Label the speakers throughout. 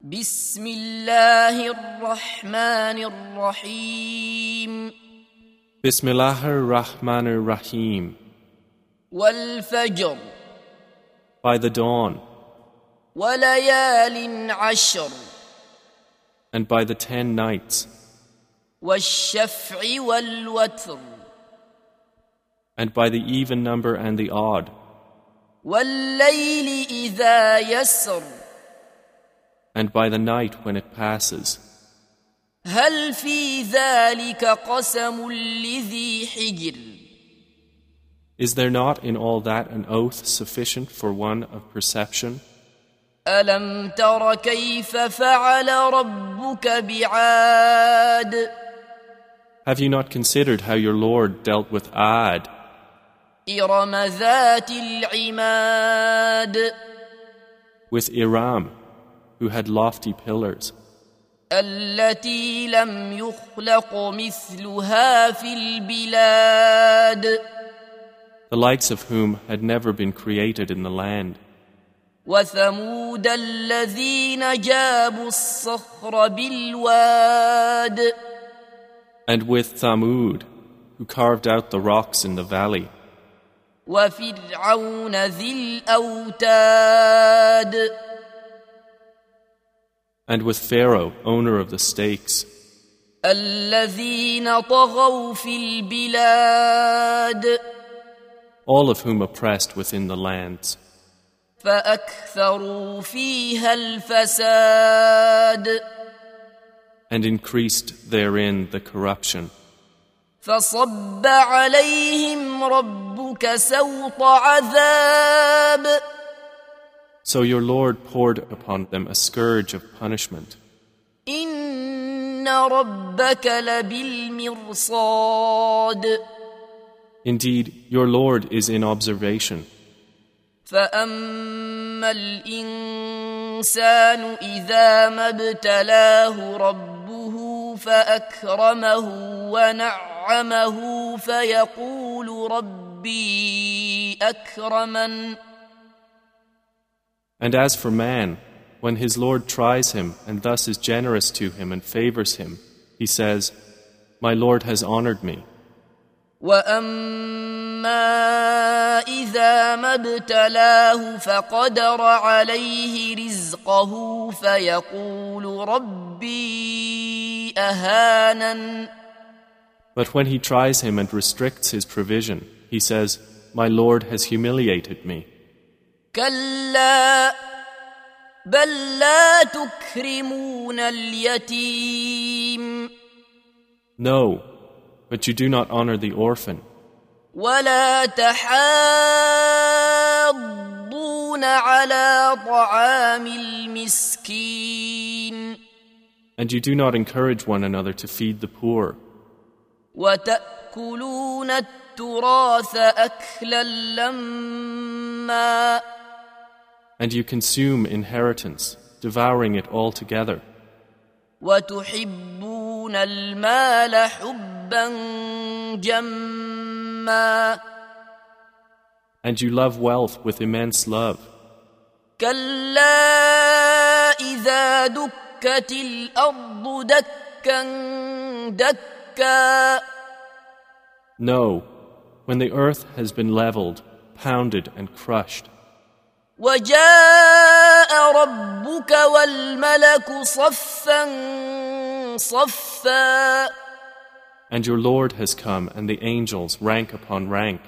Speaker 1: بسم الله الرحمن الرحيم
Speaker 2: Bismillah ar-Rahman ar-Rahim.
Speaker 1: والفجر
Speaker 2: By the dawn,
Speaker 1: وليال عشر
Speaker 2: and by the ten nights,
Speaker 1: والشفع والوتر
Speaker 2: and by the even number and the odd,
Speaker 1: والليل إذا يسر
Speaker 2: and by the night when it passes.
Speaker 1: هل في ذلك قسم لذي حجر
Speaker 2: Is there not in all that an oath sufficient for one of perception?
Speaker 1: ألم تر كيف فعل ربك بعاد
Speaker 2: Have you not considered how your Lord dealt with Ad,
Speaker 1: إرم ذات العماد
Speaker 2: with Iram, who had lofty pillars,
Speaker 1: التي لم يخلق مثلها في البلاد
Speaker 2: the likes of whom had never been created in the land,
Speaker 1: وثمود الذين جابوا الصخر بالواد
Speaker 2: and with Thamud, who carved out the rocks in the valley,
Speaker 1: وفرعون ذي الاوتاد
Speaker 2: and with Pharaoh, owner of the stakes.
Speaker 1: الذين طغوا في البلاد
Speaker 2: all of whom oppressed within the lands,
Speaker 1: فاكثروا فيها الفساد
Speaker 2: and increased therein the corruption.
Speaker 1: فصب عليهم ربك سوط عذاب
Speaker 2: So your Lord poured upon them a scourge of punishment.
Speaker 1: ان ربك لبالمرصاد
Speaker 2: Indeed, your Lord is in observation,
Speaker 1: فاما الانسان اذا ما ابتلاه ربه فاكرمه ونعمه فيقول ربي اكرمن
Speaker 2: and as for man, when his Lord tries him and thus is generous to him and favors him, he says, My Lord has honored me.
Speaker 1: واما اذا ما ابتلاه فقدر عليه رزقه فيقول ربي اهانن
Speaker 2: But when he tries him and restricts his provision, he says, My Lord has humiliated me.
Speaker 1: كلا بل لا تكرمون اليتيم
Speaker 2: No, but you do not honor the orphan.
Speaker 1: ولا تحاضون على طعام المسكين
Speaker 2: And you do not encourage one another to feed the poor,
Speaker 1: وتأكلون التراث أكلا لما
Speaker 2: and you consume inheritance, devouring it altogether,
Speaker 1: وتحبون المال حبا جما
Speaker 2: and you love wealth with immense love.
Speaker 1: كلا إذا دكت الأرض دكا دكا
Speaker 2: No, when the earth has been leveled, pounded, and crushed,
Speaker 1: وجاء ربك والملك صفا صفا
Speaker 2: and your Lord has come, and the angels rank upon rank,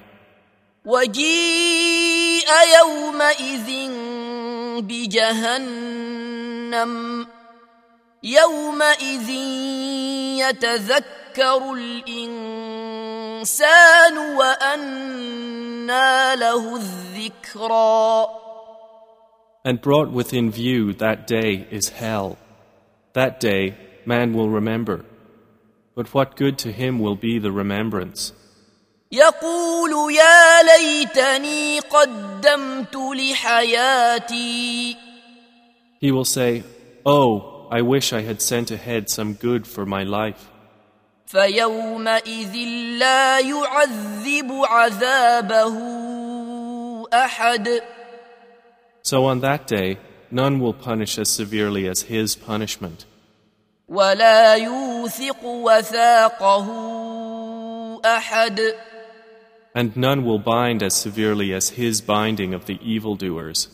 Speaker 1: وجيء يومئذ بجهنم يومئذ يتذكر الإنسان وأنى له الذكرى
Speaker 2: and brought within view that day is hell. That day man will remember. But what good to him will be the remembrance?
Speaker 1: يقول يا ليتني قدمت لحياتي
Speaker 2: He will say, Oh, I wish I had sent ahead some good for my life.
Speaker 1: فيومئذ لا يعذب عذابه أحد
Speaker 2: So on that day, none will punish as severely as his punishment,
Speaker 1: ولا يوثق وثاقه احد
Speaker 2: and none will bind as severely as his binding of the evildoers.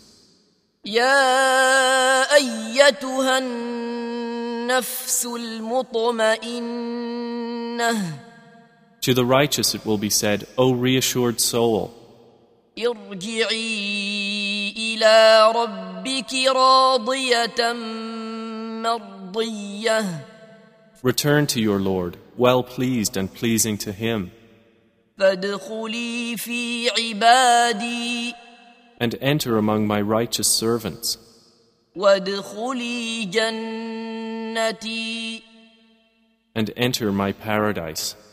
Speaker 1: يا ايتها النفس المطمئنه
Speaker 2: To the righteous it will be said, O reassured soul,
Speaker 1: ارجعي الى ربك راضيه مرضيه
Speaker 2: return to your Lord, well pleased and pleasing to him,
Speaker 1: فادخلي في عبادي
Speaker 2: and enter among my righteous servants,
Speaker 1: وادخلي جنتي
Speaker 2: and enter my paradise.